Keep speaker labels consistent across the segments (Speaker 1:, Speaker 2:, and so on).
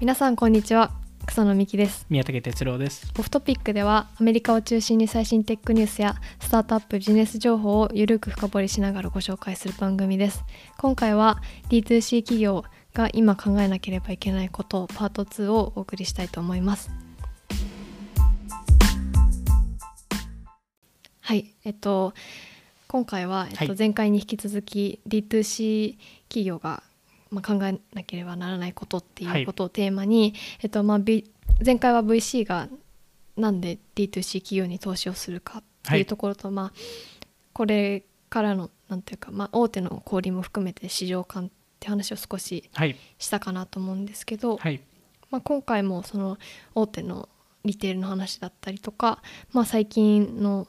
Speaker 1: 皆さんこんにちは草野美希です
Speaker 2: 宮武哲郎です。
Speaker 1: オフトピックではアメリカを中心に最新テックニュースやスタートアップビジネス情報をゆるく深掘りしながらご紹介する番組です今回は D2C 企業が今考えなければいけないことパート2をお送りしたいと思いますはいえっと今回は、えっ
Speaker 2: は
Speaker 1: と、
Speaker 2: い
Speaker 1: 前回に引き続き D2C 企業が、まあ、考えなければならないことっていうことをテーマに、えっとまあ、B 前回は VC がなんで D2C 企業に投資をするかって
Speaker 2: は
Speaker 1: いう
Speaker 2: い
Speaker 1: ところと、まあ、これからのなんていうか、まあ、大手の小売りも含めて市場感って話を少し
Speaker 2: はい
Speaker 1: したかなと思うんですけど、
Speaker 2: はい
Speaker 1: まあ、今回もその大手のリテールの話だったりとか、まあ、最近の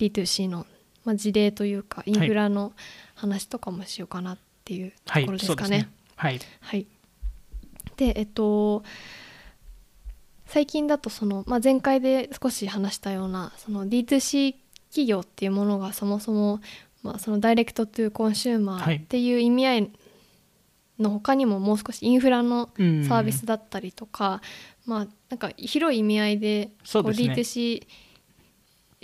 Speaker 1: D2C の、まあ、事例というかインフラの話とかもしようかなっていうと
Speaker 2: はい
Speaker 1: ころです
Speaker 2: そうで
Speaker 1: か
Speaker 2: す
Speaker 1: ね。
Speaker 2: ね。はい
Speaker 1: はい、でえっと最近だとその、まあ、前回で少し話したようなその D2C 企業っていうものがそもそも、まあ、そのダイレクト・トゥ・コンシューマ
Speaker 2: はい
Speaker 1: ーっていう意味合いの他にももう少しインフラのサ
Speaker 2: サ
Speaker 1: ービスだったりとか、まあなんか広い意味合いで
Speaker 2: そうですね
Speaker 1: こ D2C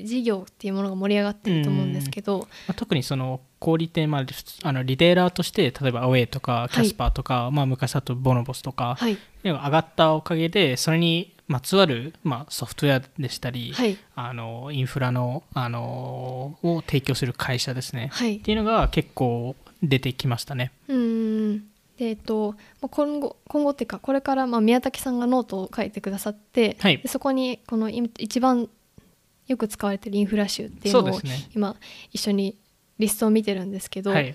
Speaker 1: 事業っていうものが盛り上がってると思うんですけど、
Speaker 2: まあ、特にその小売店、まあ、あのリテーラーとして例えばアウェイとか
Speaker 1: い
Speaker 2: キャスパーとか、まあ、昔だとボノボスとか、
Speaker 1: はい
Speaker 2: で上がったおかげでそれにまつわる、まあ、ソフトウェアでしたり、
Speaker 1: はい
Speaker 2: あのインフラのあのを提供する会社ですね、
Speaker 1: はい
Speaker 2: っていうのが結構出てきましたね。
Speaker 1: うーんでえっと、まあ、今後今後っていうかこれからまあ宮崎さんがノートを書いてくださって、
Speaker 2: はい
Speaker 1: でそこにこのい一番よく使われてるインフラ集っていうの
Speaker 2: そ
Speaker 1: を
Speaker 2: うですね
Speaker 1: 今一緒にリストを見てるんですけど、
Speaker 2: はい、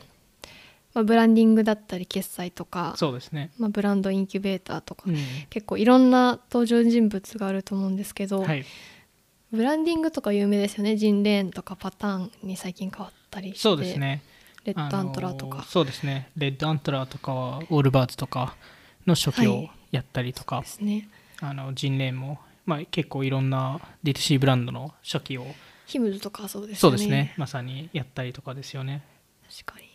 Speaker 1: まあ、ブランディングだったり決済とか、
Speaker 2: そうですね。
Speaker 1: まあ、ブランドインキュベーターとか、
Speaker 2: うん
Speaker 1: 結構いろんな登場人物があると思うんですけど、
Speaker 2: はい、
Speaker 1: ブランディングとか有名ですよねジンレーンとかパターンに最近変わったりして
Speaker 2: そうですね。
Speaker 1: レッドアントラと
Speaker 2: あの
Speaker 1: か
Speaker 2: ー。そうですねレッドアントラーとかはオールバーツとかの初期をやったりとか、
Speaker 1: ですね。
Speaker 2: あのジンレインも、まあ、結構いろんな D2C ブランドの初期を
Speaker 1: ヒムズとかそうですよね。
Speaker 2: そうですねまさにやったりとかですよね
Speaker 1: 確かに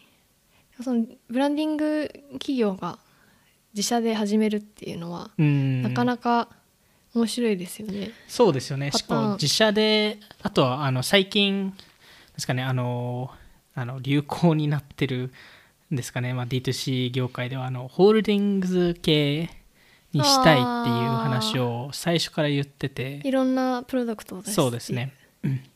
Speaker 1: そのブランディング企業が自社で始めるっていうのは、
Speaker 2: うん
Speaker 1: なか
Speaker 2: か
Speaker 1: なか面白いですよね。
Speaker 2: そうですよね
Speaker 1: パ
Speaker 2: し
Speaker 1: ターン
Speaker 2: かも自社であとはあの最近ですかねあのあの流行になってるんですかね、まあ、D2C 業界ではあのホールディングス系にしたいっていう話を最初から言ってて
Speaker 1: いろんなプロダクトを出すってい
Speaker 2: そうですね。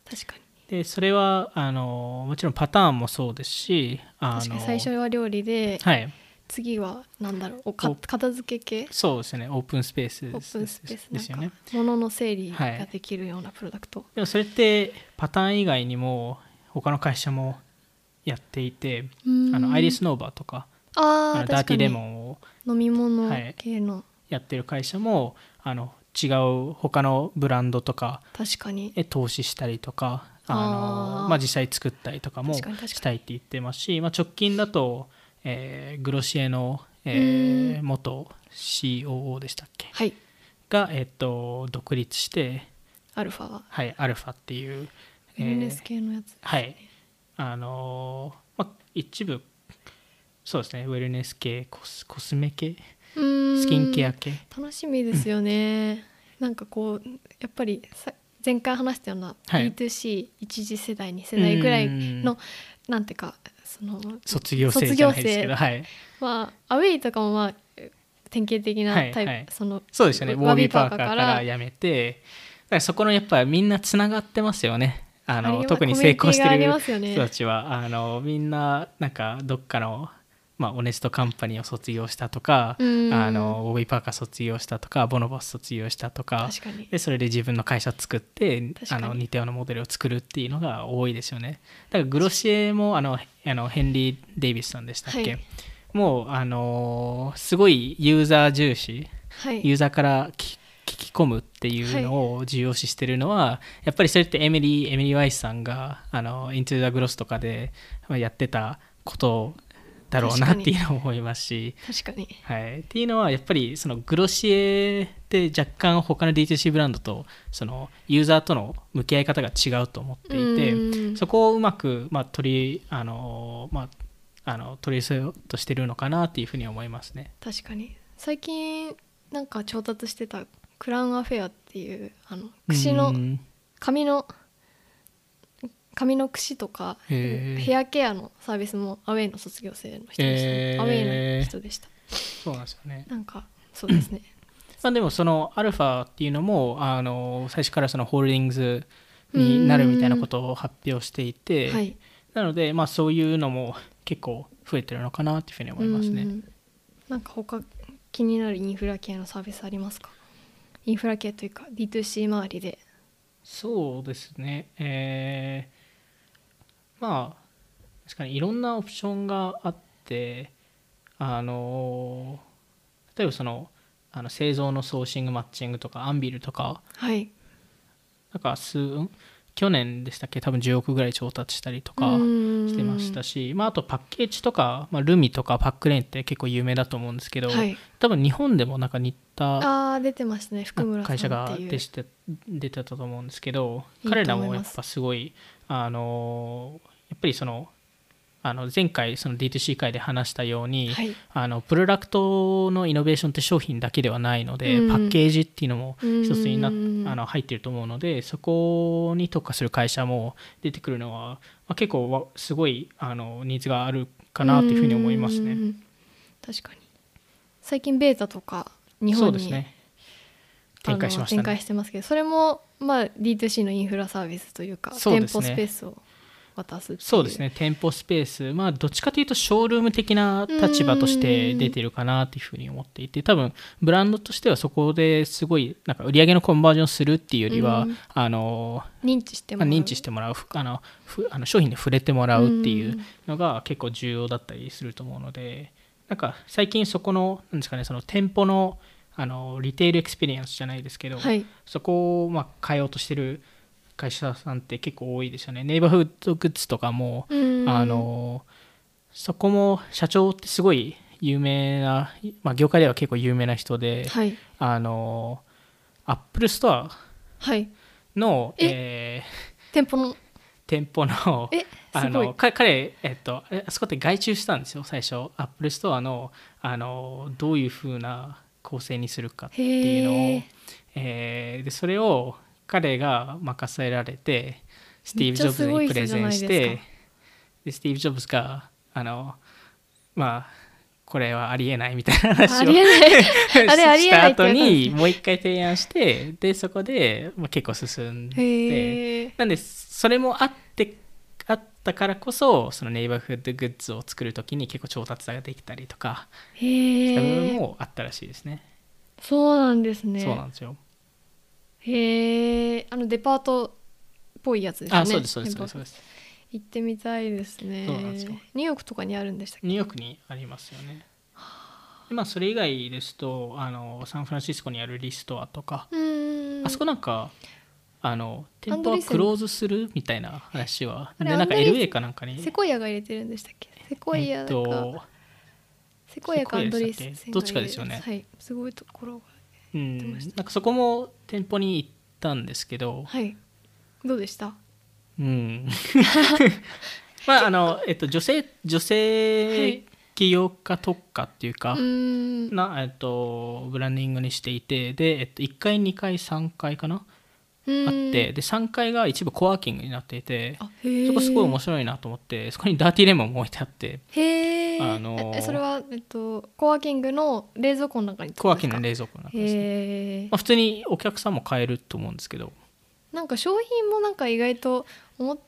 Speaker 1: 確かに
Speaker 2: でそれはあのもちろんパターンもそうですしあの
Speaker 1: 確かに最初は料理で、
Speaker 2: はい
Speaker 1: 次は何だろうおか
Speaker 2: お
Speaker 1: 片付け系
Speaker 2: そうですねオープンスペース
Speaker 1: オープンスペース
Speaker 2: で
Speaker 1: なん
Speaker 2: す
Speaker 1: か
Speaker 2: よね
Speaker 1: 物の整理
Speaker 2: はい
Speaker 1: ができるようなプロダクト、
Speaker 2: でもそれってパターン以外にも他の会社もやっていてあのアイリス・ノーバーとかあ
Speaker 1: あ
Speaker 2: の
Speaker 1: ー
Speaker 2: ダ
Speaker 1: 確
Speaker 2: ーテ
Speaker 1: か
Speaker 2: ィ・
Speaker 1: に
Speaker 2: レモンを
Speaker 1: 飲み物系の、
Speaker 2: やってる会社もあの違う他のブランドとか
Speaker 1: 確かに
Speaker 2: へ投資したりとかあの
Speaker 1: あー
Speaker 2: まあ、実際作ったりとかも
Speaker 1: 確かに確かに
Speaker 2: したいって言ってますし、まあ、直近だと、えーグロシエの、
Speaker 1: う
Speaker 2: えー
Speaker 1: ーん
Speaker 2: 元 COO でしたっけ
Speaker 1: はい
Speaker 2: が、えっと独立して、
Speaker 1: アルファは
Speaker 2: はい、アルファっていう、え
Speaker 1: ウ
Speaker 2: ー
Speaker 1: ェルネス系のやつ、
Speaker 2: はいあのーまあ、一部そうですねウェルネス系コスコスメ系
Speaker 1: うーん
Speaker 2: スキンケア系
Speaker 1: 楽しみですよ ね、なんかこうやっぱりさ前回話したような
Speaker 2: はい
Speaker 1: B2C 一次世代二世代ぐらいの
Speaker 2: うん
Speaker 1: なんていうかその
Speaker 2: 卒業生じゃないですけ
Speaker 1: 卒業生
Speaker 2: ど、はい、
Speaker 1: まあアウェイとかもまあ典型的なタイプ、
Speaker 2: はいはい
Speaker 1: その
Speaker 2: そうですよね、ウ
Speaker 1: ウ
Speaker 2: ォ
Speaker 1: ォ
Speaker 2: ー
Speaker 1: ー
Speaker 2: ビ
Speaker 1: ビ
Speaker 2: ー
Speaker 1: ー
Speaker 2: パ
Speaker 1: パー
Speaker 2: ーカ
Speaker 1: カ
Speaker 2: ー
Speaker 1: ー
Speaker 2: からやめて、だからそこのやっぱみんなつながってますよね。あ
Speaker 1: あれ
Speaker 2: の
Speaker 1: は
Speaker 2: 特に成功して
Speaker 1: コミュニティがあり
Speaker 2: る
Speaker 1: ますよね
Speaker 2: 人たちは、あのみんななんかどっかの、まあ、オネストカンパニーを卒業したとか、
Speaker 1: うん
Speaker 2: あのウォービーパーカー卒業したとか、ボノボス卒業したとか、
Speaker 1: 確かに
Speaker 2: でそれで自分の会社作って
Speaker 1: 確か
Speaker 2: あ
Speaker 1: に
Speaker 2: の似たようなモデルを作るっていうのが多いですよね。だからグロシエもあのあのヘンリー・デイビスさんでしたっけ、
Speaker 1: はい
Speaker 2: もうあのすごいユーザー重視。
Speaker 1: はい
Speaker 2: ユーザーからき聞き込むっていうのを重要視してるのは、やっぱりそれってエミリー・エミリー・ワイスさんが「あのイントゥ・ザ・グロス」とかでまあやってたことだろうなっていうのを思いますし、
Speaker 1: 確かに
Speaker 2: はい、っていうのはやっぱりそのグロシエって若干他の D2C ブランドとそのユーザーとの向き合い方が違うと思っていて。
Speaker 1: うん
Speaker 2: そこをうまく、まあ、取り、あのまあ、あの取り寄せようとしてるのかなっていうふうに思いますね。
Speaker 1: 確かに最近なんか調達してたクラウンアフェアっていうあの櫛の
Speaker 2: うん
Speaker 1: 髪の髪の櫛とか
Speaker 2: へー
Speaker 1: ヘアケアのサービスもアウェイの卒業生の人でしたね、
Speaker 2: へー
Speaker 1: アウェイの人でした
Speaker 2: そうなんですよね。
Speaker 1: なんかそうですね
Speaker 2: まあ、でもそのアルファっていうのもあの最初からそのホールディングスになるみたいなことを発表していて、
Speaker 1: はい
Speaker 2: なのでまあそういうのも結構増えてるのかなっていうふうに思います
Speaker 1: う
Speaker 2: ね。
Speaker 1: んなんか他気になるインフラ系のサービスありますかインフラ系というか D2C 周りで
Speaker 2: そうですね、えーまあ確かにいろんなオプションがあってあの例えばそのあの製造のソーシングマッチングとかアンビルとか
Speaker 1: はい
Speaker 2: なんか数ん去年でしたっけ多分10億ぐらい調達したりとかしてました
Speaker 1: し
Speaker 2: し、まあ、あとパッケージとか、まあ、ルミとかパックレーンって結構有名だと思うんですけど、
Speaker 1: はい、
Speaker 2: 多分日本でもなんか似た
Speaker 1: あー出てますね福村さん
Speaker 2: 会社が
Speaker 1: っていう
Speaker 2: 出して出てたと思うんですけど
Speaker 1: いいと思い
Speaker 2: 彼
Speaker 1: ます
Speaker 2: らもやっぱすごいあのやっぱりそのあの前回その D2C 会で話したように、
Speaker 1: はい
Speaker 2: あのプロダクトのイノベーションって商品だけではないので、
Speaker 1: うん
Speaker 2: パッケージっていうのも一つにな
Speaker 1: うん
Speaker 2: あの入ってると思うのでそこに特化する会社も出てくるのは、まあ、結構わすごいあのニーズがあるかなというふうに思います
Speaker 1: う
Speaker 2: ね。
Speaker 1: ん確かに最近ベータとか日
Speaker 2: そう
Speaker 1: 本
Speaker 2: です
Speaker 1: に、
Speaker 2: ね
Speaker 1: あの
Speaker 2: 展開しました
Speaker 1: 展
Speaker 2: ね。
Speaker 1: 開してますけどそれもまあ D2C のインフラサービスというか
Speaker 2: そう
Speaker 1: 店
Speaker 2: です
Speaker 1: 舗
Speaker 2: ね
Speaker 1: スペースを渡すってい
Speaker 2: そうですね店舗スペースまあどっちかというとショールーム的な立場として出てるかなというふうに思っていて多分ブランドとしてはそこですごいなんか売り上げのコンバージョンするっていうよりは、
Speaker 1: うん
Speaker 2: あの
Speaker 1: 認知しても
Speaker 2: ま
Speaker 1: ら
Speaker 2: あ、
Speaker 1: う
Speaker 2: 認知してもらうふあのふあの商品に触れてもらうってい
Speaker 1: うん
Speaker 2: うのが結構重要だったりすると思うのでなんか最近そこのなんですかねその店舗のあのリテールエクスペリエンスじゃないですけど、
Speaker 1: はい
Speaker 2: そこをまあ変えようとしてる会社さんって結構多いですよねネイバーフードグッズとかも、あのそこも社長ってすごい有名な、まあ、業界では結構有名な人で、
Speaker 1: はい
Speaker 2: あのアップルストア
Speaker 1: はい
Speaker 2: の、
Speaker 1: え
Speaker 2: えー
Speaker 1: 店舗の
Speaker 2: 店舗の
Speaker 1: え
Speaker 2: あ
Speaker 1: すご
Speaker 2: の
Speaker 1: い
Speaker 2: か彼、えっと、えあそこって外注したんですよ最初アップルストアのあのどういうふうな構成にするかっていうの
Speaker 1: へ
Speaker 2: を
Speaker 1: ー、
Speaker 2: えーでそれを彼が任せられてスティーブ・ジョブズ
Speaker 1: め
Speaker 2: に
Speaker 1: っち
Speaker 2: プ
Speaker 1: ゃすごい人
Speaker 2: レゼンし
Speaker 1: じゃないです
Speaker 2: て
Speaker 1: か
Speaker 2: でスティーブ・ジョブズがあのまあこれはありえないみたいな話
Speaker 1: あ
Speaker 2: を
Speaker 1: りえ ないあれあり
Speaker 2: し
Speaker 1: え
Speaker 2: た
Speaker 1: ないって
Speaker 2: 後
Speaker 1: やつなんで
Speaker 2: に
Speaker 1: すね
Speaker 2: もう一回提案してでそこで、まあ、結構進んで。
Speaker 1: へえ
Speaker 2: なんでそれもあってあったからこそそのネイバーフードグッズを作るときに結構調達ができたりとかした部分
Speaker 1: へえ
Speaker 2: もあったらしいですね。
Speaker 1: そうなんですね
Speaker 2: そうなんですよ。
Speaker 1: へえあのデパートっぽいやつですね
Speaker 2: あそうですそうですそうですそうです。
Speaker 1: 行ってみたいですね
Speaker 2: そうなんですよ
Speaker 1: ニューヨークとかにあるんでしたっけ
Speaker 2: ニューヨークにありますよね。でまあそれ以外ですとあのサンフランシスコにあるリストアとか、
Speaker 1: うーん
Speaker 2: あそこなんかあの
Speaker 1: ア
Speaker 2: 店
Speaker 1: ン
Speaker 2: 舗
Speaker 1: ド
Speaker 2: は
Speaker 1: リーセン
Speaker 2: クローズするみたいな話は
Speaker 1: あ
Speaker 2: で
Speaker 1: れ
Speaker 2: なんか
Speaker 1: アンドリー
Speaker 2: LA かなんかに
Speaker 1: セコイアが入れてるんでしたっけセコイア
Speaker 2: えっ
Speaker 1: か、
Speaker 2: と
Speaker 1: セコイアかアンドリー
Speaker 2: セコイア
Speaker 1: セン
Speaker 2: でしたっけ
Speaker 1: が
Speaker 2: どっちかですよ
Speaker 1: 入れ
Speaker 2: ね
Speaker 1: てますはいすごいところが
Speaker 2: うん
Speaker 1: てました
Speaker 2: なんかそこも店舗に行ったんですけど、
Speaker 1: はいどうでした
Speaker 2: うん。まああのえっと女性女性起業家特化っていうか、
Speaker 1: うーん
Speaker 2: なえっとブランディングにしていてでえっと1階2階3階かなあってで3階が一部コワーキングになっていて
Speaker 1: あへえ
Speaker 2: そこすごい面白いなと思ってそこにダーティーレモンも置いてあって
Speaker 1: へえ、
Speaker 2: あのー
Speaker 1: えそれはえっとコワーキングの冷蔵庫の中に
Speaker 2: コワーキングの
Speaker 1: 冷
Speaker 2: 冷蔵庫の中ですね。
Speaker 1: へえ
Speaker 2: まあ、普通にお客さんも買えると思うんですけど
Speaker 1: なんか商品もなんか意外と思っ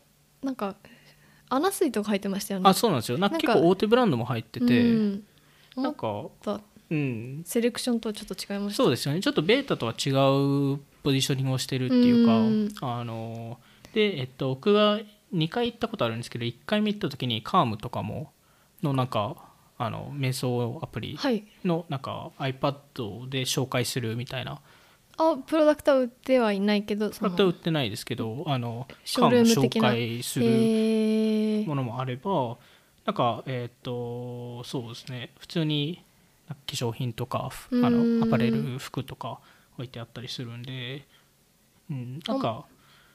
Speaker 1: なんか穴水とか入ってましたよね
Speaker 2: あそうなんですよなんか
Speaker 1: なん
Speaker 2: 結
Speaker 1: か
Speaker 2: 構大手ブランドも入って
Speaker 1: う
Speaker 2: て
Speaker 1: ん思
Speaker 2: な
Speaker 1: っ
Speaker 2: んか
Speaker 1: た
Speaker 2: うん
Speaker 1: セレクションとはちょっと違いました
Speaker 2: そうですよねちょっとベータとは違うポジショニングをしてるっていうか
Speaker 1: うん
Speaker 2: あので、えっと、僕が2回行ったことあるんですけど1回目行った時にカームとかものなんかあの瞑想アプリ
Speaker 1: はい
Speaker 2: のなんか iPad で紹介するみたいな
Speaker 1: あプロダクトは売ってはいないけど
Speaker 2: プロダクトは売ってないですけどあの
Speaker 1: ショ
Speaker 2: カ
Speaker 1: ー
Speaker 2: ーム
Speaker 1: ルーム
Speaker 2: 紹
Speaker 1: 的な
Speaker 2: 介する
Speaker 1: へえ
Speaker 2: ものもあればなんかえっとそうですね普通に化粧品とかふあ
Speaker 1: うーん
Speaker 2: のアパレル服とか置いてあったりするんで、うん、なんか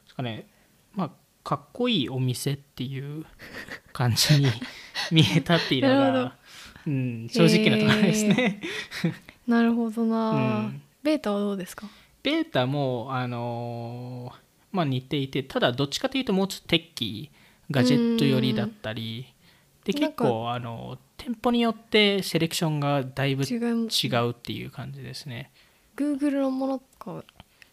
Speaker 2: ですかねまあかっこいいお店っていう感じに 見えたっていうの
Speaker 1: なる
Speaker 2: がうん、正直なところですね。
Speaker 1: なるほどな、
Speaker 2: うん
Speaker 1: ベータはどうですか
Speaker 2: ベータも、あのーまあ、似ていてただどっちかというともうちょっとテッキーガジェット寄りだったりで
Speaker 1: なん
Speaker 2: 結
Speaker 1: か
Speaker 2: 構あの店舗によってセレクションがだいぶ
Speaker 1: 違
Speaker 2: 違
Speaker 1: う
Speaker 2: うっていう感じですね。
Speaker 1: Google のものとか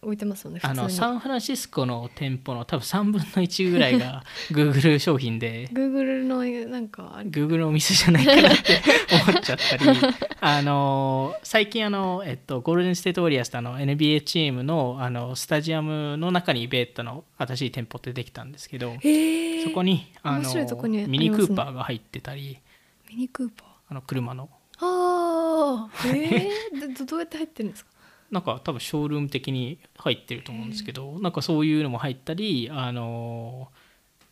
Speaker 1: 置いてますよね普
Speaker 2: あ
Speaker 1: 通
Speaker 2: の
Speaker 1: に
Speaker 2: サンフランシスコの店舗の多分3分の1ぐらいが Google 商品で
Speaker 1: Google のなんかあれ
Speaker 2: Google のお店じゃないかなって思っちゃったり あの最近あの、えっと、ゴールデン・ステート・ウォリアーズとあの NBA チームのあのスタジアムの中にベータの新しい店舗ってできたんですけど
Speaker 1: へえ
Speaker 2: そこにあ
Speaker 1: 面白いと
Speaker 2: の
Speaker 1: こにありますね
Speaker 2: ミニクーパーが入ってたり
Speaker 1: ミニクーパー
Speaker 2: あの車の
Speaker 1: ああええー、どどうやって入ってるんですか
Speaker 2: なんか多分ショールーム的に入ってると思うんですけどなんかそういうのも入ったりあの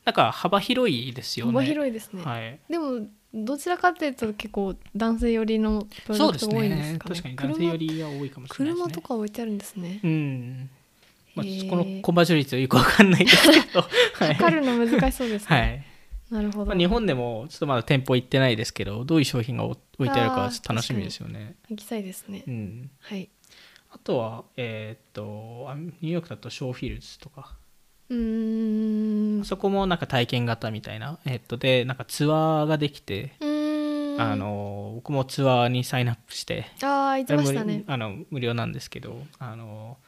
Speaker 2: なんか幅広いですよね。
Speaker 1: 幅広いですね、
Speaker 2: はい、
Speaker 1: でもどちらかというと結構男性寄りのプロ
Speaker 2: そう
Speaker 1: ダ
Speaker 2: で
Speaker 1: クト
Speaker 2: す
Speaker 1: が多いんです
Speaker 2: ね。
Speaker 1: かね
Speaker 2: 確かに男性よりは多いかもしれないです
Speaker 1: 車
Speaker 2: ね。
Speaker 1: 車とか置いてあるんですね、
Speaker 2: うん。まあ、
Speaker 1: へ
Speaker 2: ちょ
Speaker 1: ー
Speaker 2: っとこのコンバージョン率はよくわかんないですけ ど。はい。
Speaker 1: 測るの難しそうですね、
Speaker 2: はい
Speaker 1: なるほど、
Speaker 2: まあ、日本でもちょっとまだ店舗行ってないですけど、どういう商品が置いてあるかはちょっと楽しみですよね。
Speaker 1: 行きたいですね、
Speaker 2: うん。
Speaker 1: はい
Speaker 2: あとは、えーっと、あニューヨークだとショーフィールズとか、
Speaker 1: うーんう
Speaker 2: そこもなんか体験型みたいな、えーっと、で、なんかツアーができて、
Speaker 1: ーん
Speaker 2: あの、僕もツアーにサインアップして、
Speaker 1: ああ言ってましたね
Speaker 2: 無あの無料なんですけどあの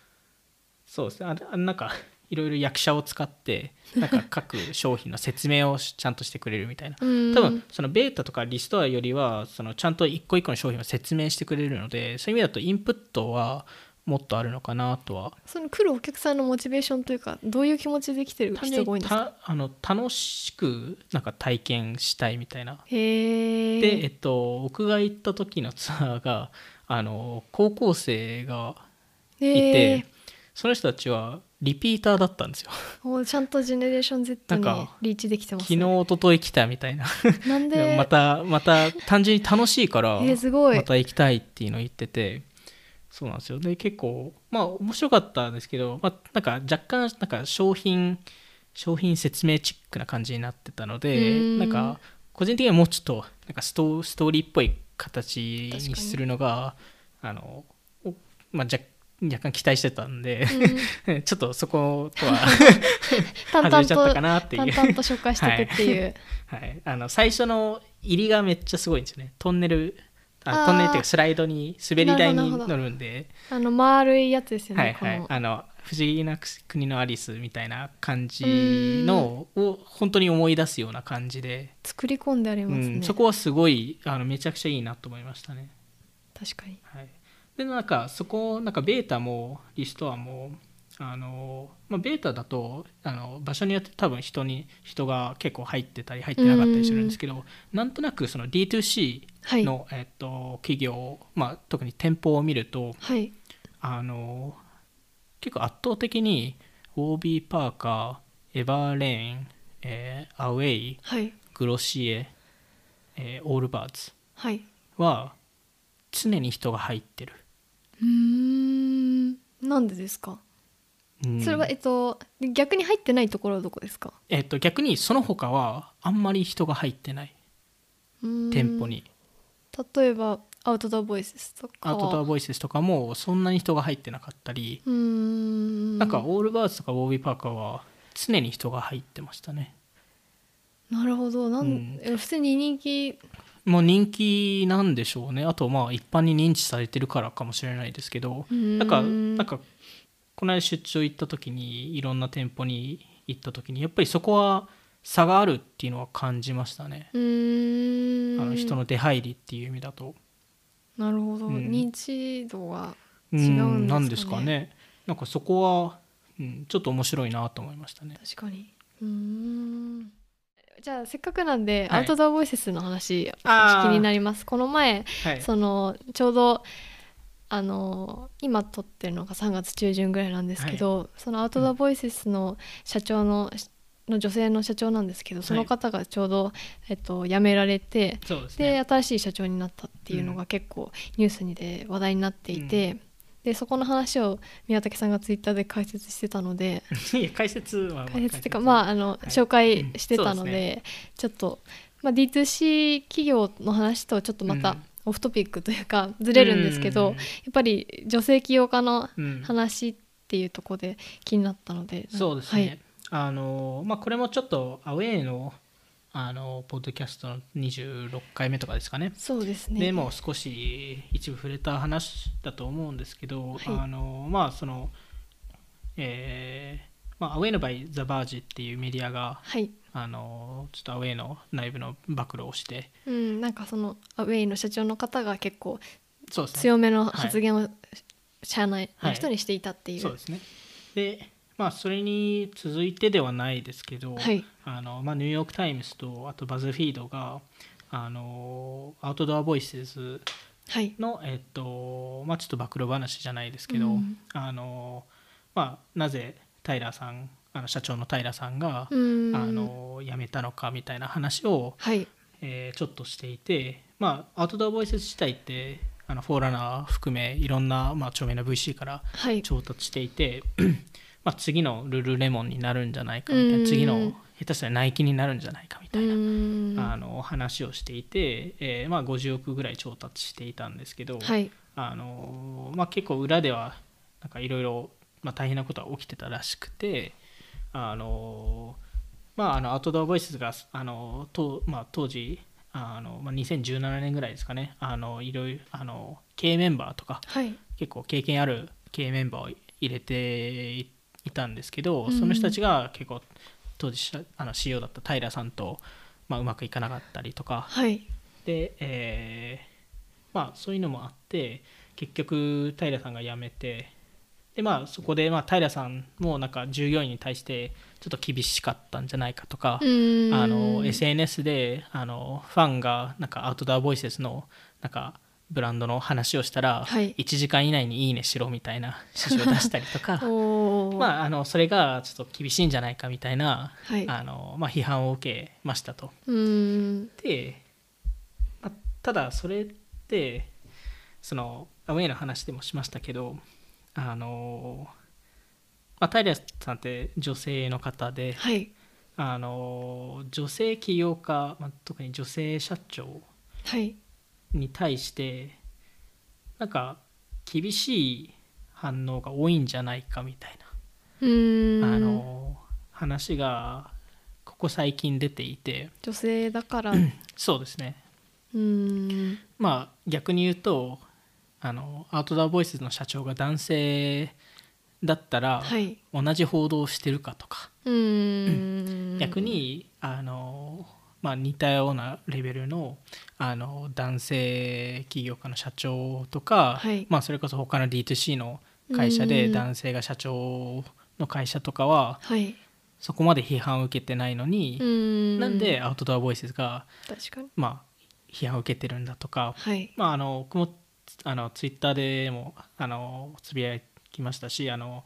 Speaker 2: そうですねああなんかいろいろ役者を使ってな んか各商品の説明をしちゃんとしてくれるみたいな
Speaker 1: 多
Speaker 2: 多分そのベータとかリストアよりはそのちゃんと一個一個の商品を説明してくれるのでそういう意味だとインプットはもっとあるのかなとは
Speaker 1: その来るお客さんのモチベーションというかどういう気持ちで来てる
Speaker 2: 単
Speaker 1: 人
Speaker 2: 純
Speaker 1: が多いん
Speaker 2: に
Speaker 1: ですか
Speaker 2: たあの楽しくなんか体験したいみたいな
Speaker 1: へえ
Speaker 2: で、えっと、僕が行った時のツアーがあの高校生がいて、その人たちはリピーターだったんですよ。
Speaker 1: もうちゃんとジェネレーション Z に
Speaker 2: なんか
Speaker 1: リーチできてます、
Speaker 2: 昨
Speaker 1: ね、
Speaker 2: 日一昨日来たみたいな。
Speaker 1: 日なんで
Speaker 2: またまた単純に楽しいから
Speaker 1: えーすごい
Speaker 2: また行きたいっていうのを言ってて。そうなんですよで結構まあ面白かったんですけど、まあ、なんか若干なんか商品商品説明チックな感じになってたの
Speaker 1: う
Speaker 2: で
Speaker 1: ん
Speaker 2: なんか個人的にはもうちょっとなんかストストーリーっぽい形
Speaker 1: 確かに
Speaker 2: にするのがあの、おまあ、若若干期待してたんで、ちょっとそこと は
Speaker 1: 淡々
Speaker 2: 外れちゃった
Speaker 1: と
Speaker 2: かなっていう
Speaker 1: 淡々と紹介していくっていう、
Speaker 2: はい、あの最初の入りがめっちゃすごいんですよねトンネル
Speaker 1: あー
Speaker 2: あトンネルっていうかスライドに滑り台
Speaker 1: なる
Speaker 2: に
Speaker 1: ほどなるほど
Speaker 2: 乗るんで
Speaker 1: あの丸いやつですよね、
Speaker 2: はいはい
Speaker 1: この
Speaker 2: あの不思議な国のアリスみたいな感じのを本当に思い出すような感じで、
Speaker 1: 作り込んであり
Speaker 2: う
Speaker 1: ますね、
Speaker 2: ん、そこはすごいあのめちゃくちゃいいなと思いましたね、
Speaker 1: 確かに
Speaker 2: はい、でなんかそこなんかベータもリストアもあのまあ、ベータだとあの場所によって多分人に人が結構入ってたり入ってなかったりするんですけどなんとなくその D2C
Speaker 1: はい
Speaker 2: の、えっと企業、まあ、特に店舗を見ると
Speaker 1: はい
Speaker 2: あの結構圧倒的にウォービー・パーカーエバー・レーン、えーアウェイ
Speaker 1: はい
Speaker 2: グロシエ、えーオールバーツ
Speaker 1: はい
Speaker 2: は常に人が入ってる、
Speaker 1: うーんなんでですか、
Speaker 2: うん
Speaker 1: それはえっとで逆に入ってないところはどこですか
Speaker 2: えっと逆にその他はあんまり人が入ってないう
Speaker 1: ーん
Speaker 2: 店舗に
Speaker 1: 例えばアウトドアボイスとか
Speaker 2: アウトドア
Speaker 1: イ
Speaker 2: ボイスとかもそんなに人が入ってなかったり、
Speaker 1: うーん
Speaker 2: なんかオールバーツとかウォービー・パーカーは常に人が入ってましたね
Speaker 1: なるほどなん、
Speaker 2: うん
Speaker 1: え普通に人気
Speaker 2: まあ、人気なんでしょうねあとまあ一般に認知されてるからかもしれないですけど
Speaker 1: な
Speaker 2: なんかなんかこの間出張行った時にいろんな店舗に行った時にやっぱりそこは差があるっていうのは感じましたね、
Speaker 1: うーん
Speaker 2: あの人の出入りっていう意味だと
Speaker 1: なるほど、
Speaker 2: うん
Speaker 1: 認知度が
Speaker 2: う
Speaker 1: 違うんですかね
Speaker 2: んなんですかねなんかそこは、うん、ちょっと面白いなと思いましたね
Speaker 1: 確かにうーんじゃあせっかくなんで、
Speaker 2: はい
Speaker 1: アウトドアボイスの話
Speaker 2: あ
Speaker 1: 気
Speaker 2: ー
Speaker 1: になりますこの前
Speaker 2: はい
Speaker 1: そのちょうどあの今撮ってるのが3月中旬ぐらいなんですけど、そのアウトドアボイセスの社長の,、の女性の社長なんですけどその方がちょうど、えっと、辞められて
Speaker 2: そうです
Speaker 1: で
Speaker 2: ね
Speaker 1: 新しい社長になったっていうのが結構ニュースにで話題になっていて、でそこの話を宮武さんがツイッターで解説してたので
Speaker 2: いや解説は
Speaker 1: 解説っていうかまああの、
Speaker 2: い
Speaker 1: 紹介してたので,、
Speaker 2: うんそうで
Speaker 1: ちょっとまあ、D2C 企業の話とちょっとまたオフトピックというかずれるんですけど、
Speaker 2: うん
Speaker 1: やっぱり女性起業家の
Speaker 2: うん
Speaker 1: 話っていうところで気になったので、
Speaker 2: そうですね、あのまあ、これもちょっとアウェーのあのポッドキャストの26回目とかですかね
Speaker 1: そうですね
Speaker 2: でも少し一部触れた話だと思うんですけど、
Speaker 1: はい
Speaker 2: あのまあそのえーまあ、アウェイの場合ザ・バージっていうメディアが
Speaker 1: はい、
Speaker 2: あのちょっとアウェイの内部の暴露をして
Speaker 1: うん、なんかそのアウェイの社長の方が結構
Speaker 2: そうですね
Speaker 1: 強めの発言を社内の人にしていたっていう、
Speaker 2: そうですねでまあそれに続いてではないですけど、
Speaker 1: はい
Speaker 2: あのまあ、ニューヨーク・タイムズとあとバズフィードがあのアウトドア・ボイスズ
Speaker 1: はい
Speaker 2: の、えっとまあ、ちょっと暴露話じゃないですけど、
Speaker 1: うん
Speaker 2: あのまあ、なぜタイラーさんあの社長のタイラーさんが、
Speaker 1: うん
Speaker 2: あの辞めたのかみたいな話を、
Speaker 1: はい
Speaker 2: えーちょっとしていて、まあ、アウトドア・ボイスズ自体ってあのフォーラナー含めいろんな、まあ、著名な VC から
Speaker 1: はい
Speaker 2: 調達していて、 まあ、次のルルレモンになるんじゃないかみたい
Speaker 1: うん
Speaker 2: な次の下手したらナイキになるんじゃないかみたいな、
Speaker 1: うん
Speaker 2: あの話をしていて、えーまあ、50億ぐらい調達していたんですけど、
Speaker 1: はい
Speaker 2: あのまあ、結構裏ではなんかいろいろまあ大変なことが起きてたらしくてあの、まあ、あのアウトドアボイスがあのと、まあ、当時あの、まあ、2017年ぐらいですかねあのいろいろあの経営メンバーとか
Speaker 1: はい
Speaker 2: 結構経験ある経営メンバーを入れていたんですけど、
Speaker 1: うん
Speaker 2: その人たちが結構当時社あの CEO だった平さんと、まあ、うまくいかなかったりとか
Speaker 1: はい
Speaker 2: で、えーまあ、そういうのもあって結局平さんが辞めてで、まあ、そこで、まあ、平さんもなんか従業員に対してちょっと厳しかったんじゃないかとか、
Speaker 1: うん
Speaker 2: あの SNS であのファンがなんかアウトドアボイセスのなんかブランドの話をしたら、
Speaker 1: はい
Speaker 2: 1時間以内に「いいね」しろみた いな指示を出したりとか
Speaker 1: おー
Speaker 2: まああのそれがちょっと厳しいんじゃないかみたいな、
Speaker 1: はい
Speaker 2: あのまあ、批判を受けましたと。
Speaker 1: うん
Speaker 2: で、まあ、ただそれってそのアウェイの話でもしましたけどあの、まあ、タイラさんって女性の方で。
Speaker 1: はい
Speaker 2: あの女性起業家、まあ、特に女性社長
Speaker 1: はい
Speaker 2: に対してなんか厳しい反応が多いんじゃないかみたい
Speaker 1: うん
Speaker 2: な、あの話がここ最近出ていて
Speaker 1: 女性だから
Speaker 2: そうですね
Speaker 1: うん
Speaker 2: まあ逆に言うとあのアウトドアボイスの社長が男性だったら、
Speaker 1: はい
Speaker 2: 同じ報道をしてるかとか
Speaker 1: うん
Speaker 2: 逆にあの、まあ、似たようなレベルのあの男性起業家の社長とか、
Speaker 1: はい
Speaker 2: まあ、それこそ他の D2C の会社で
Speaker 1: うん
Speaker 2: 男性が社長の会社とかは
Speaker 1: はい
Speaker 2: そこまで批判を受けてないのに、
Speaker 1: ん
Speaker 2: なんでアウトドアボイスが、
Speaker 1: 確かに
Speaker 2: まあ、批判を受けてるんだとか、
Speaker 1: はい
Speaker 2: まあ、あの僕もあのツイッターでもあのつぶやきましたしあの、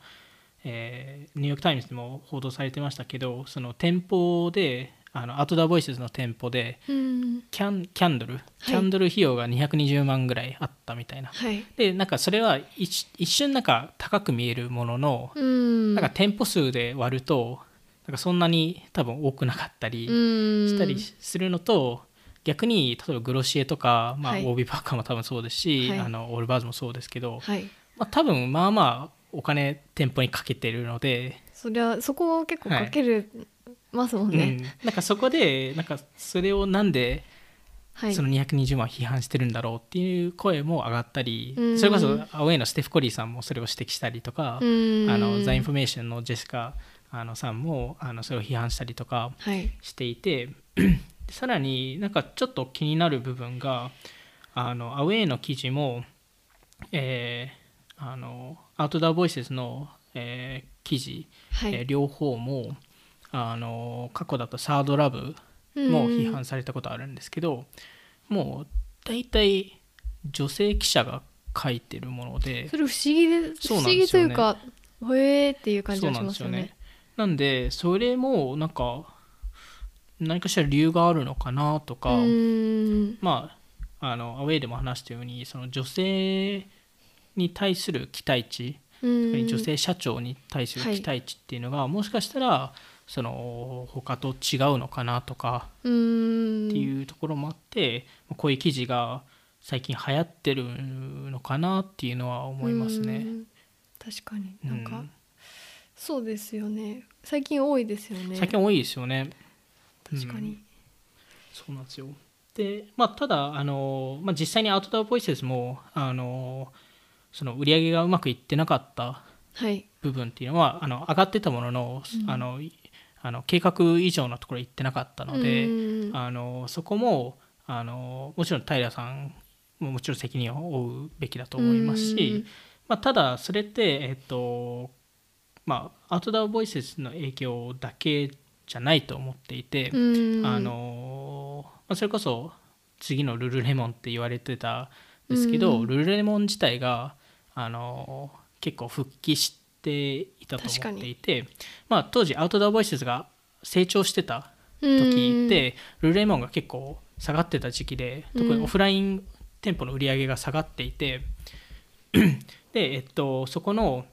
Speaker 2: えーニューヨーク・タイムズでも報道されてましたけどその店舗であのアウトドア・ボイスズの店舗で
Speaker 1: うん
Speaker 2: キャンキャンドルキャンドル費用が220万ぐらいあったみたいな、
Speaker 1: はい
Speaker 2: でなんかそれは一一瞬なんか高く見えるものの、
Speaker 1: うん
Speaker 2: なんか店舗数で割るとなんかそんなに多分多くなかった
Speaker 1: し
Speaker 2: り、したりするのと、逆に例えばグロシエとか、まあ
Speaker 1: はい
Speaker 2: オービーパーカーも多分そうですし、
Speaker 1: はい
Speaker 2: あのオールバーズもそうですけど、
Speaker 1: はい
Speaker 2: まあ、多分まあまあお金店舗にかけてるので、
Speaker 1: そりゃそこを結構
Speaker 2: は
Speaker 1: か
Speaker 2: い
Speaker 1: けるますもん
Speaker 2: うん
Speaker 1: ね、
Speaker 2: なんかそこでなんかそれをなんで
Speaker 1: はい
Speaker 2: その220万批判してるんだろうっていう声も上がったり、
Speaker 1: うん
Speaker 2: それこそアウェイのステフ・コリーさんもそれを指摘したりとか、
Speaker 1: うん
Speaker 2: あのザ・インフォメーションのジェシカあのさんもあのそれを批判したりとか。
Speaker 1: はい
Speaker 2: していてでさらになんかちょっと気になる部分があのアウェイの記事も、えーあのアウトドアボイスズの、えー記事、
Speaker 1: はい、
Speaker 2: えー両方もあの過去だとサードラブも
Speaker 1: うん
Speaker 2: 批判されたことあるんですけど、もう大体女性記者が書いてるもので
Speaker 1: それ不思議で不
Speaker 2: そう
Speaker 1: 思
Speaker 2: なんで
Speaker 1: 議
Speaker 2: す
Speaker 1: とい
Speaker 2: よ
Speaker 1: う
Speaker 2: ね
Speaker 1: かへえっていう感じ
Speaker 2: そう
Speaker 1: が
Speaker 2: な
Speaker 1: し
Speaker 2: ん
Speaker 1: ま
Speaker 2: ですす
Speaker 1: よ
Speaker 2: よ
Speaker 1: ね
Speaker 2: ね。なんでそれもなんか何かしら理由があるのかなとか、
Speaker 1: うん
Speaker 2: まあ、あのアウェイでも話したようにその女性に対する期待値、
Speaker 1: うん
Speaker 2: 女性社長に対する
Speaker 1: はい
Speaker 2: 期待値っていうのが、もしかしたらその他と違うのかなとか
Speaker 1: うーん
Speaker 2: っていうところもあって、まあこういう記事が最近流行ってるのかなっていうのは思います
Speaker 1: う
Speaker 2: ね。
Speaker 1: ん確かに
Speaker 2: うん
Speaker 1: なんか、そうですよね最近多いですよね
Speaker 2: 最近多いですよね。
Speaker 1: 確かに、
Speaker 2: そうなんですよで、まあ、ただあの、まあ、実際にアウトドアボイスもあのその売り上げがうまくいってなかった
Speaker 1: はい
Speaker 2: 部分っていうのはあの上がってたものの,、
Speaker 1: うん
Speaker 2: あのいあの計画以上のところ行ってなかったので、
Speaker 1: うん
Speaker 2: あのそこもあのもちろん平さんももちろん責任を負うべきだと思いますし、まあ、ただそれって、えっとまあ、アウトドアボイスの影響だけじゃないと思っていて、
Speaker 1: うん
Speaker 2: あのまあ、それこそ次のルルレモンって言われてたんですけど、
Speaker 1: うん
Speaker 2: ルルレモン自体が、あの結構復帰していたと思っていて、まあ、当時アウトドアボイスが成長してた時って、ルルレモンが結構下がってた時期で特
Speaker 1: うん
Speaker 2: にオフライン店舗の売り上げが下がっていて、 で、えっと、そこの、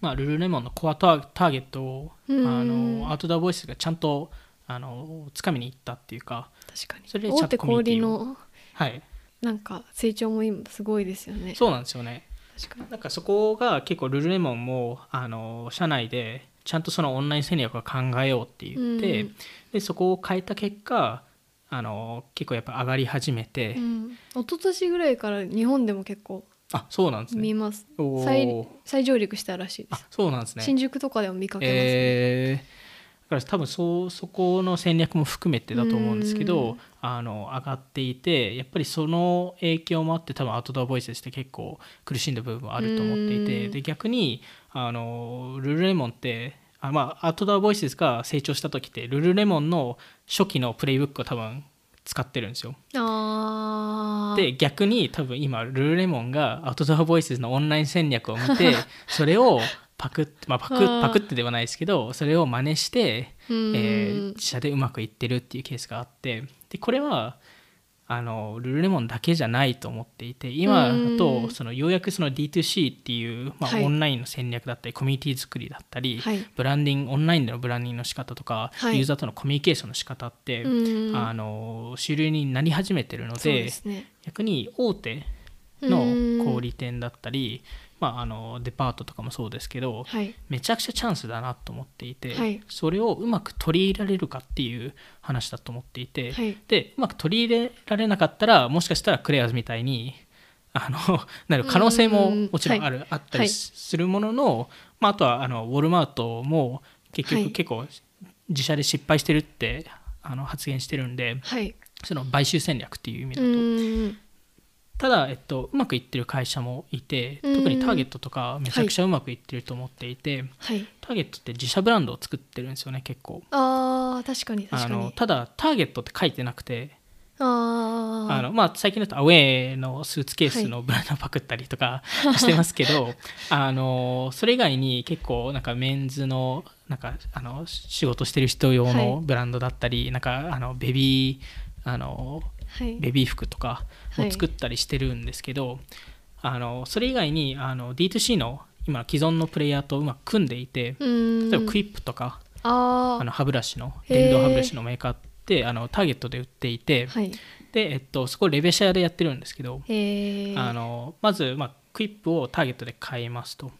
Speaker 2: まあ、ルルレモンのコアターターゲットを
Speaker 1: うん
Speaker 2: あのアウトドアボイスがちゃんとあの掴みに行ったっていうか、
Speaker 1: 確かに
Speaker 2: それで
Speaker 1: 大手
Speaker 2: チャットコミュ
Speaker 1: 小
Speaker 2: ニテ
Speaker 1: 売
Speaker 2: ィを
Speaker 1: の
Speaker 2: はい、
Speaker 1: なんか成長も今すごいですよね
Speaker 2: そうなんですよね。
Speaker 1: 確かに
Speaker 2: なんかそこが結構ルルレモンもあの社内でちゃんとそのオンライン戦略を考えようって言って、
Speaker 1: うん
Speaker 2: でそこを変えた結果あの結構やっぱ上がり始めて、
Speaker 1: うん、一昨年ぐらいから日本でも結構
Speaker 2: あそうなんです
Speaker 1: 見
Speaker 2: ね。
Speaker 1: ます、
Speaker 2: おー
Speaker 1: 再再上陸したらしいで
Speaker 2: あ
Speaker 1: す、
Speaker 2: そうなんですね。
Speaker 1: 新宿とかでも見かけますね、
Speaker 2: えーだから多分そうそこの戦略も含めてだと思うんですけど、
Speaker 1: うん
Speaker 2: あの上がっていてやっぱりその影響もあって多分アウトドアボイスって結構苦しんだ部分はあると思っていて、
Speaker 1: うん
Speaker 2: で逆にあのルルレモンってあ、まあ、アウトドアボイスが成長した時ってルルレモンの初期のプレイブックを多分使ってるんですよ。
Speaker 1: あー
Speaker 2: で逆に多分今ルルレモンがアウトドアボイスのオンライン戦略を 見てそれをパクって、まあ、パク
Speaker 1: あー
Speaker 2: パクってではないですけどそれを真似して、
Speaker 1: うん
Speaker 2: えー自社でうまくいってるっていうケースがあってでこれはあのルルレモンだけじゃないと思っていて今だ
Speaker 1: う
Speaker 2: と
Speaker 1: ん
Speaker 2: そのようやくその D2C っていう、まあ
Speaker 1: はい
Speaker 2: オンラインの戦略だったりコミュニティ作りだったり、
Speaker 1: はい
Speaker 2: ブランディングオンラインでのブランディングの仕方とか、
Speaker 1: はい
Speaker 2: ユーザーとのコミュニケーションの仕方って、
Speaker 1: うん
Speaker 2: あの主流になり始めてるの
Speaker 1: そう
Speaker 2: で
Speaker 1: ですね
Speaker 2: 逆に大手
Speaker 1: うん
Speaker 2: の小売店だったり、まあ、あのデパートとかもそうですけど、
Speaker 1: はい
Speaker 2: めちゃくちゃチャンスだなと思っていて、
Speaker 1: はい
Speaker 2: それをうまく取り入れられるかっていう話だと思っていて、
Speaker 1: はい
Speaker 2: でうまく取り入れられなかったらもしかしたらクレアーズみたいにあの なる可能性ももちろんある、あった
Speaker 1: はい
Speaker 2: りすするものの、まあ、あとはあのウォルマートも結
Speaker 1: は
Speaker 2: 局
Speaker 1: い
Speaker 2: 結構自社で失敗してるってあの発言してるんで
Speaker 1: はい
Speaker 2: その買収戦略っていう意味だ
Speaker 1: う
Speaker 2: と。
Speaker 1: ん
Speaker 2: ただ、えっと、うまくいってる会社もいて
Speaker 1: うん
Speaker 2: 特にターゲットとかめちゃくちゃうまくいってると思っていて、
Speaker 1: はい
Speaker 2: ターゲットって自社ブランドを作ってるんですよね結構
Speaker 1: あー確かに確
Speaker 2: あ
Speaker 1: か
Speaker 2: の
Speaker 1: に
Speaker 2: ただターゲットって書いてなくて
Speaker 1: あ
Speaker 2: あの、まあ、最近だとアウェーのスーツケースのブランドをパクったりとか してますけ ど、あのそれ以外に結構なんかメンズのなんかあの仕事してる人用
Speaker 1: は
Speaker 2: の
Speaker 1: い
Speaker 2: ブランドだったり、なんかあのベビーあの
Speaker 1: はい
Speaker 2: ベビー服とかを作ったりしてるんですけど、あのそれ以外にあの D2C の今既存のプレイヤーとうまく組んでいて
Speaker 1: うん
Speaker 2: 例えばクイップとか、
Speaker 1: あー
Speaker 2: あの歯ブラシの
Speaker 1: へー
Speaker 2: 電動歯ブラシのメーカーってあのターゲットで売っていて、
Speaker 1: はい
Speaker 2: で、えっと、そこレベシアでやってるんですけど、
Speaker 1: えー
Speaker 2: あのまず、まあ、クイップをターゲットで買いますと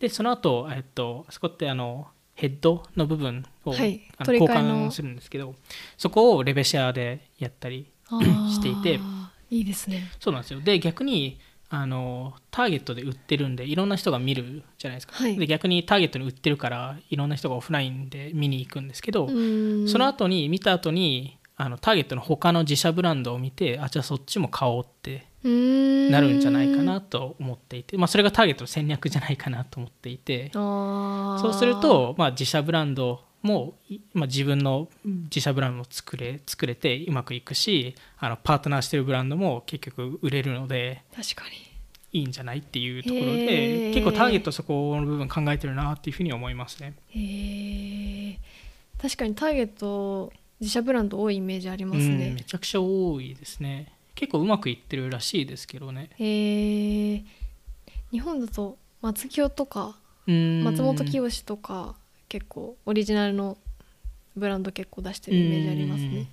Speaker 2: でその後、えっとそこってあのヘッドの部分を、
Speaker 1: はい
Speaker 2: あの
Speaker 1: 取り
Speaker 2: 交
Speaker 1: 替えの
Speaker 2: 換するんですけどそこをレベシアでやったり
Speaker 1: あー
Speaker 2: していて
Speaker 1: いいですね
Speaker 2: そうなんですよで逆にあのターゲットで売ってるんでいろんな人が見るじゃないですか、
Speaker 1: はい
Speaker 2: で逆にターゲットに売ってるからいろんな人がオフラインで見に行くんですけど、
Speaker 1: うん
Speaker 2: その後に見た後にあのターゲットの他の自社ブランドを見てあじゃあそっちも買おうってな
Speaker 1: な
Speaker 2: るんじゃないかなと思っていて、まあ、それがターゲットの戦略じゃないかなと思っていて
Speaker 1: そ
Speaker 2: そうすると、まあ、自社ブランドも、いまあ、自分の自社ブランドを作れ作れてうまくいくしあのパートナーしてるブランドも結局売れるので
Speaker 1: 確かに
Speaker 2: いいんじゃないっていうところ
Speaker 1: へー
Speaker 2: で結構ターゲットそこの部分考えてるなっていうふうに思いますね。
Speaker 1: へえ確かにターゲット自社ブランド多いイメージあります
Speaker 2: うん
Speaker 1: ね
Speaker 2: めちゃくちゃ多いですね。結構うまくいってるらしいですけどね。
Speaker 1: へえ日本だと松清とか
Speaker 2: うん
Speaker 1: 松本清とか結構オリジナルのブランド結構出してるイメージありますね。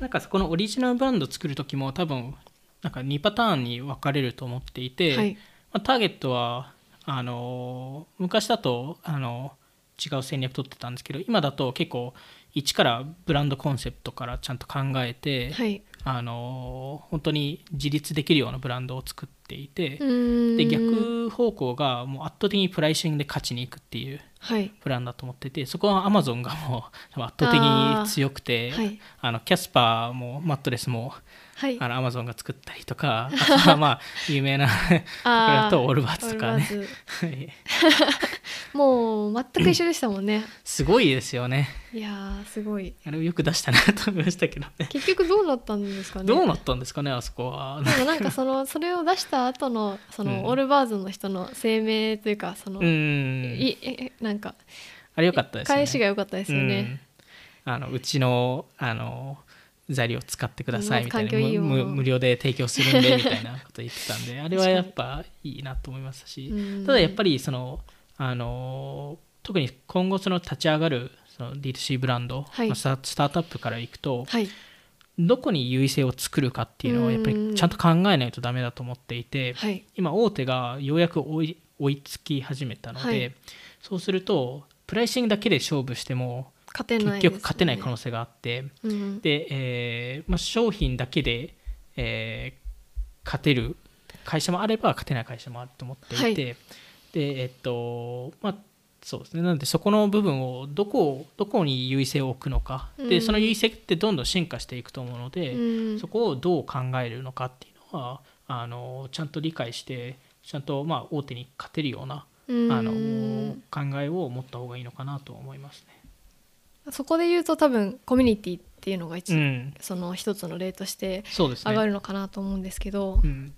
Speaker 2: なんかそこのオリジナルブランド作る時も多分なんか2パターンに分かれると思っていて、
Speaker 1: はい、
Speaker 2: まあ、ターゲットはあのー昔だと、あのー違う戦略取ってたんですけど今だと結構一からブランドコンセプトからちゃんと考えて、
Speaker 1: はい、
Speaker 2: あのー本当に自立できるようなブランドを作っていて、
Speaker 1: で
Speaker 2: で逆方向がもう圧倒的にプライシングで勝ちに行くっていう
Speaker 1: はい
Speaker 2: プランだと思っててそこはアマゾンがもう多分圧倒的に強くてあ、
Speaker 1: はい
Speaker 2: のキャスパーもマットレスも
Speaker 1: はい
Speaker 2: あのアマゾンが作ったりとかあと はまあ有名なところだとオールバーツとかね
Speaker 1: オールバーツ
Speaker 2: はい
Speaker 1: もう全く一緒でしたもんね。
Speaker 2: すごいですよね
Speaker 1: いやーすごい。
Speaker 2: あれよく出したなと思いましたけどね
Speaker 1: 結局どうなったんですかね。
Speaker 2: どうなったんですかねあそこ は
Speaker 1: でもなんかそのそれを出した後のその、
Speaker 2: うん
Speaker 1: オールバーズの人の声明というかその、
Speaker 2: うん
Speaker 1: いえなんか
Speaker 2: あれよかったですよね
Speaker 1: 返しが良かったですよね。
Speaker 2: うん、あのうちのあの材料を使ってくださいみたいな
Speaker 1: 環境いいよ
Speaker 2: むむ無料で提供するんでみたいなこと言ってた んであれはやっぱいいなと思いましたし、
Speaker 1: うん
Speaker 2: ただやっぱりそのあの特に今後その立ち上がるその D2C ブランド、
Speaker 1: はい
Speaker 2: まあスタスタートアップからいくと、
Speaker 1: はい
Speaker 2: どこに優位性を作るかっていうの
Speaker 1: う
Speaker 2: は
Speaker 1: ん
Speaker 2: やっぱりちゃんと考えないとダメだと思っていて、
Speaker 1: はい
Speaker 2: 今大手がようやく追い追いつき始めたので、
Speaker 1: はい
Speaker 2: そうするとプライシングだけで勝負しても
Speaker 1: 勝てな
Speaker 2: 結
Speaker 1: い
Speaker 2: 局勝てない可能
Speaker 1: 性。
Speaker 2: 性があって
Speaker 1: うん
Speaker 2: で、えーまあ、商品だけで、えー勝てる会社もあれば勝てない会社もあると思っていて、
Speaker 1: はい
Speaker 2: でえっとまあそうですねなのでそこの部分をどこをどこに優位性を置くのか、
Speaker 1: う
Speaker 2: で
Speaker 1: ん
Speaker 2: その優位性ってどんどん進化していくと思うので、
Speaker 1: うん
Speaker 2: そこをどう考えるのかっていうのはあのちゃんと理解してちゃんとまあ大手に勝てるような、
Speaker 1: うん
Speaker 2: あの考えを持った方がいいのかなと思いますね。
Speaker 1: そこで言うと多分コミュニティっていうのが一、
Speaker 2: うん、
Speaker 1: その一つの例として
Speaker 2: そうですね
Speaker 1: 上がるのかなと思うんですけど、
Speaker 2: うん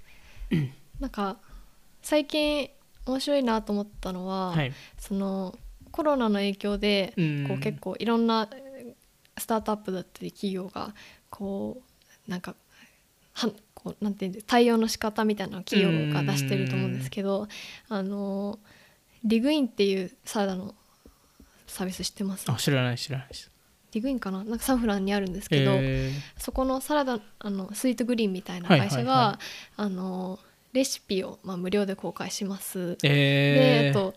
Speaker 1: なんか最近面白いなと思ったのは、
Speaker 2: はい、
Speaker 1: そのコロナの影響で、
Speaker 2: うん
Speaker 1: こう結構いろんなえースタートアップだったり企業がこうなんかはこうなんていうんです対応の仕方みたいなのを企業が出してると思うんですけど、あのリグインっていうサラダのサービス知ってます
Speaker 2: あ知らない知らないです。
Speaker 1: リグインかななんかサンフランにあるんですけど、
Speaker 2: え
Speaker 1: そこのサラダあのスイートグリーンみたいな
Speaker 2: はい
Speaker 1: 会社が、
Speaker 2: はいは
Speaker 1: あのレシピを、まあ、無料で公開します。
Speaker 2: ー
Speaker 1: で
Speaker 2: えー、
Speaker 1: あと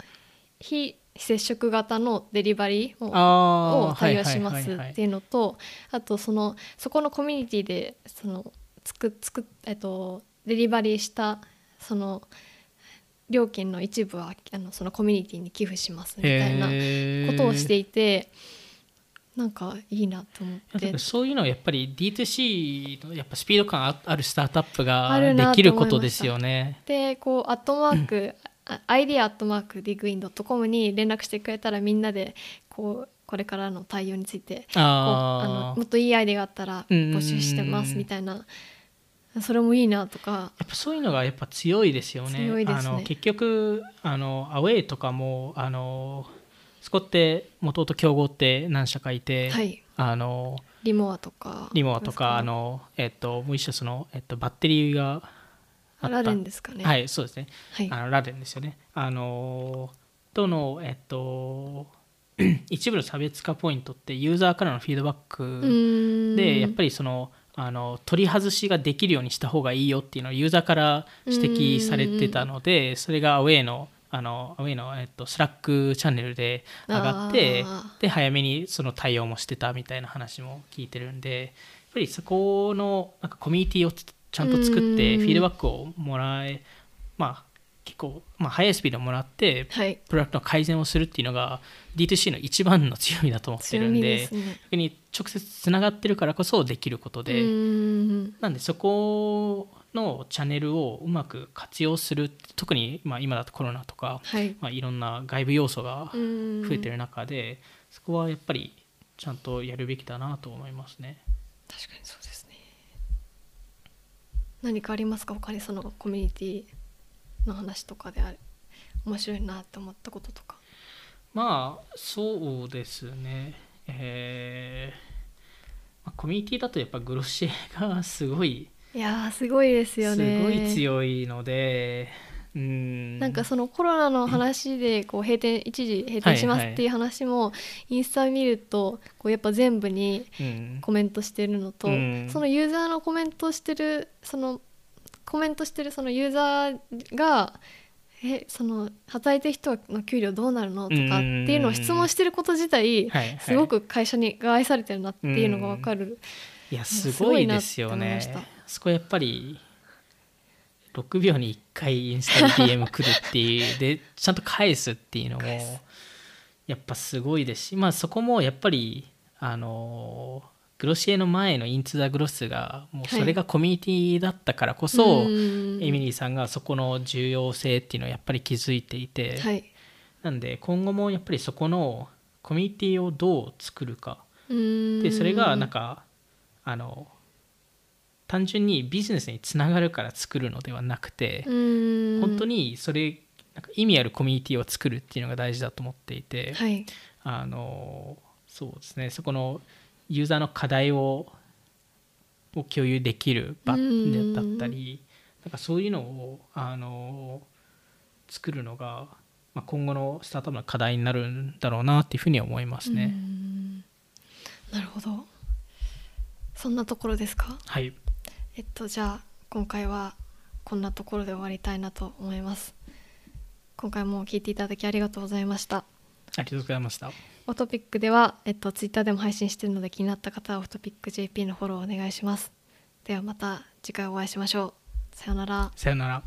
Speaker 1: 非接触型のデリバリーも
Speaker 2: あ
Speaker 1: を
Speaker 2: ー
Speaker 1: 対応します
Speaker 2: はいはいはいはい
Speaker 1: っていうのと、あとそのそこのコミュニティでそのつくつくえっとデリバリーしたその料金の一部はあのそのコミュニティに寄付しますみたいなことをしていて、なんかいいなと思っ
Speaker 2: いや
Speaker 1: て
Speaker 2: なんかそういうのはやっぱり D2C のやっぱスピード感ああるスタートアップが
Speaker 1: あるなと思いました
Speaker 2: できることですよね。
Speaker 1: でこうアットマークあアイディアアットマークディグインドットコムに連絡してくれたらみんなでこうこれからの対応についてこうあの
Speaker 2: あー
Speaker 1: もっといいアイデアがあったら募集してますみたいなそれもいいなとか
Speaker 2: やっぱそういうのがやっぱ強いですよね。
Speaker 1: 強いですね
Speaker 2: あの結局あのアウェイとかもあのそこって元々競合って何社かいて、
Speaker 1: はい
Speaker 2: あの
Speaker 1: リモアとか
Speaker 2: リモアとかあ
Speaker 1: なんです
Speaker 2: のえっともう一社そのえっとバッテリーがあ
Speaker 1: かね
Speaker 2: った
Speaker 1: ラデンですかね
Speaker 2: はいそうですね。
Speaker 1: はい
Speaker 2: あのラデンですよね。あのとの、えっと、 一部の差別化ポイントってユーザーからのフィードバッ
Speaker 1: う
Speaker 2: ク
Speaker 1: ーん
Speaker 2: でやっぱりそのあの取り外しができるようにした方がいいよっていうのをユーザーから指摘されてたのでそれがアウェイのあのアウェイの、えっと、スラックチャンネルで上がって
Speaker 1: あ
Speaker 2: で早めにその対応もしてたみたいな話も聞いてるんでやっぱりそこのなんかコミュニティをつちゃんと作って
Speaker 1: うん
Speaker 2: フィードバックをもらえまあ結構、まあ、早いスピードもらって
Speaker 1: はい
Speaker 2: プロダクトの改善をするっていうのが D2C の一番の強みだと思って
Speaker 1: 強
Speaker 2: るん
Speaker 1: み
Speaker 2: で
Speaker 1: ですね
Speaker 2: 逆に直接つながってるからこそできること
Speaker 1: う
Speaker 2: で、
Speaker 1: ーん
Speaker 2: なんでそこのチャンネルをうまく活用する特に、まあ、今だとコロナとか、
Speaker 1: はい
Speaker 2: まあ、いろんな外部要素が
Speaker 1: うーん
Speaker 2: 増えてる中で、そこはやっぱりちゃんとやるべきだなと思いますね。
Speaker 1: 確かにそうですね何かありますか他にそのコミュニティの話とかであれ面白いなって思ったこととか
Speaker 2: まあそうですね、えーまあ、コミュニティだとやっぱグロシエがすごい
Speaker 1: いやーすごいですよね
Speaker 2: すごい強いので、ううん
Speaker 1: なんかそのコロナの話でこう閉店一時閉店しま
Speaker 2: は
Speaker 1: す
Speaker 2: いはい
Speaker 1: っていう話もインスタ見るとこうやっぱ全部に
Speaker 2: うん
Speaker 1: コメントしてるのと、
Speaker 2: うん
Speaker 1: そのユーザーのコメントしてるそのコメントしてるそのユーザーが「えその働いてる人の給料どうなるの?」とかっていうのを質問してること自体
Speaker 2: はいはい
Speaker 1: すごく会社にが愛されてるなっていうのが分かる。
Speaker 2: いや
Speaker 1: す
Speaker 2: す
Speaker 1: ご
Speaker 2: ご
Speaker 1: い
Speaker 2: い
Speaker 1: な
Speaker 2: ですよね
Speaker 1: って思いまし
Speaker 2: そこやっぱり6秒に1回インスタで DM 来るっていう でちゃんと返すっていうの
Speaker 1: 返す
Speaker 2: もやっぱすごいですしまあそこもやっぱりあのグロシエの前のインツ・ザ・グロスがもうそれがコミュニティだったからこそ、
Speaker 1: ん
Speaker 2: エミリーさんがそこの重要性っていうのをやっぱり気づいていて、
Speaker 1: はい
Speaker 2: なんで今後もやっぱりそこのコミュニティをどう作るか
Speaker 1: で
Speaker 2: でそれがなんかあの単純にビジネスにつながるから作るのではなくて
Speaker 1: 本
Speaker 2: 本当にそれなんか意味あるコミュニティを作るっていうのが大事だと思っていて
Speaker 1: はい
Speaker 2: あのそうですねそこのユーザーの課題をを共有できる場
Speaker 1: うん
Speaker 2: だったりなんかそういうのをあの作るのが、まあ、今後のスタートアップの課題になるんだろうなっていうふうには思いますね。
Speaker 1: うんなるほどそんなところですか
Speaker 2: はい
Speaker 1: えっとじゃあ今回はこんなところで終わりたいなと思います今回も聞いていただきありがとうございました
Speaker 2: ありがとうございました。
Speaker 1: オトピックではえっとツイッターでも配信してるので気になった方はオトピック JP のフォローお願いしますではまた次回お会いしましょうさようなら
Speaker 2: さよなら。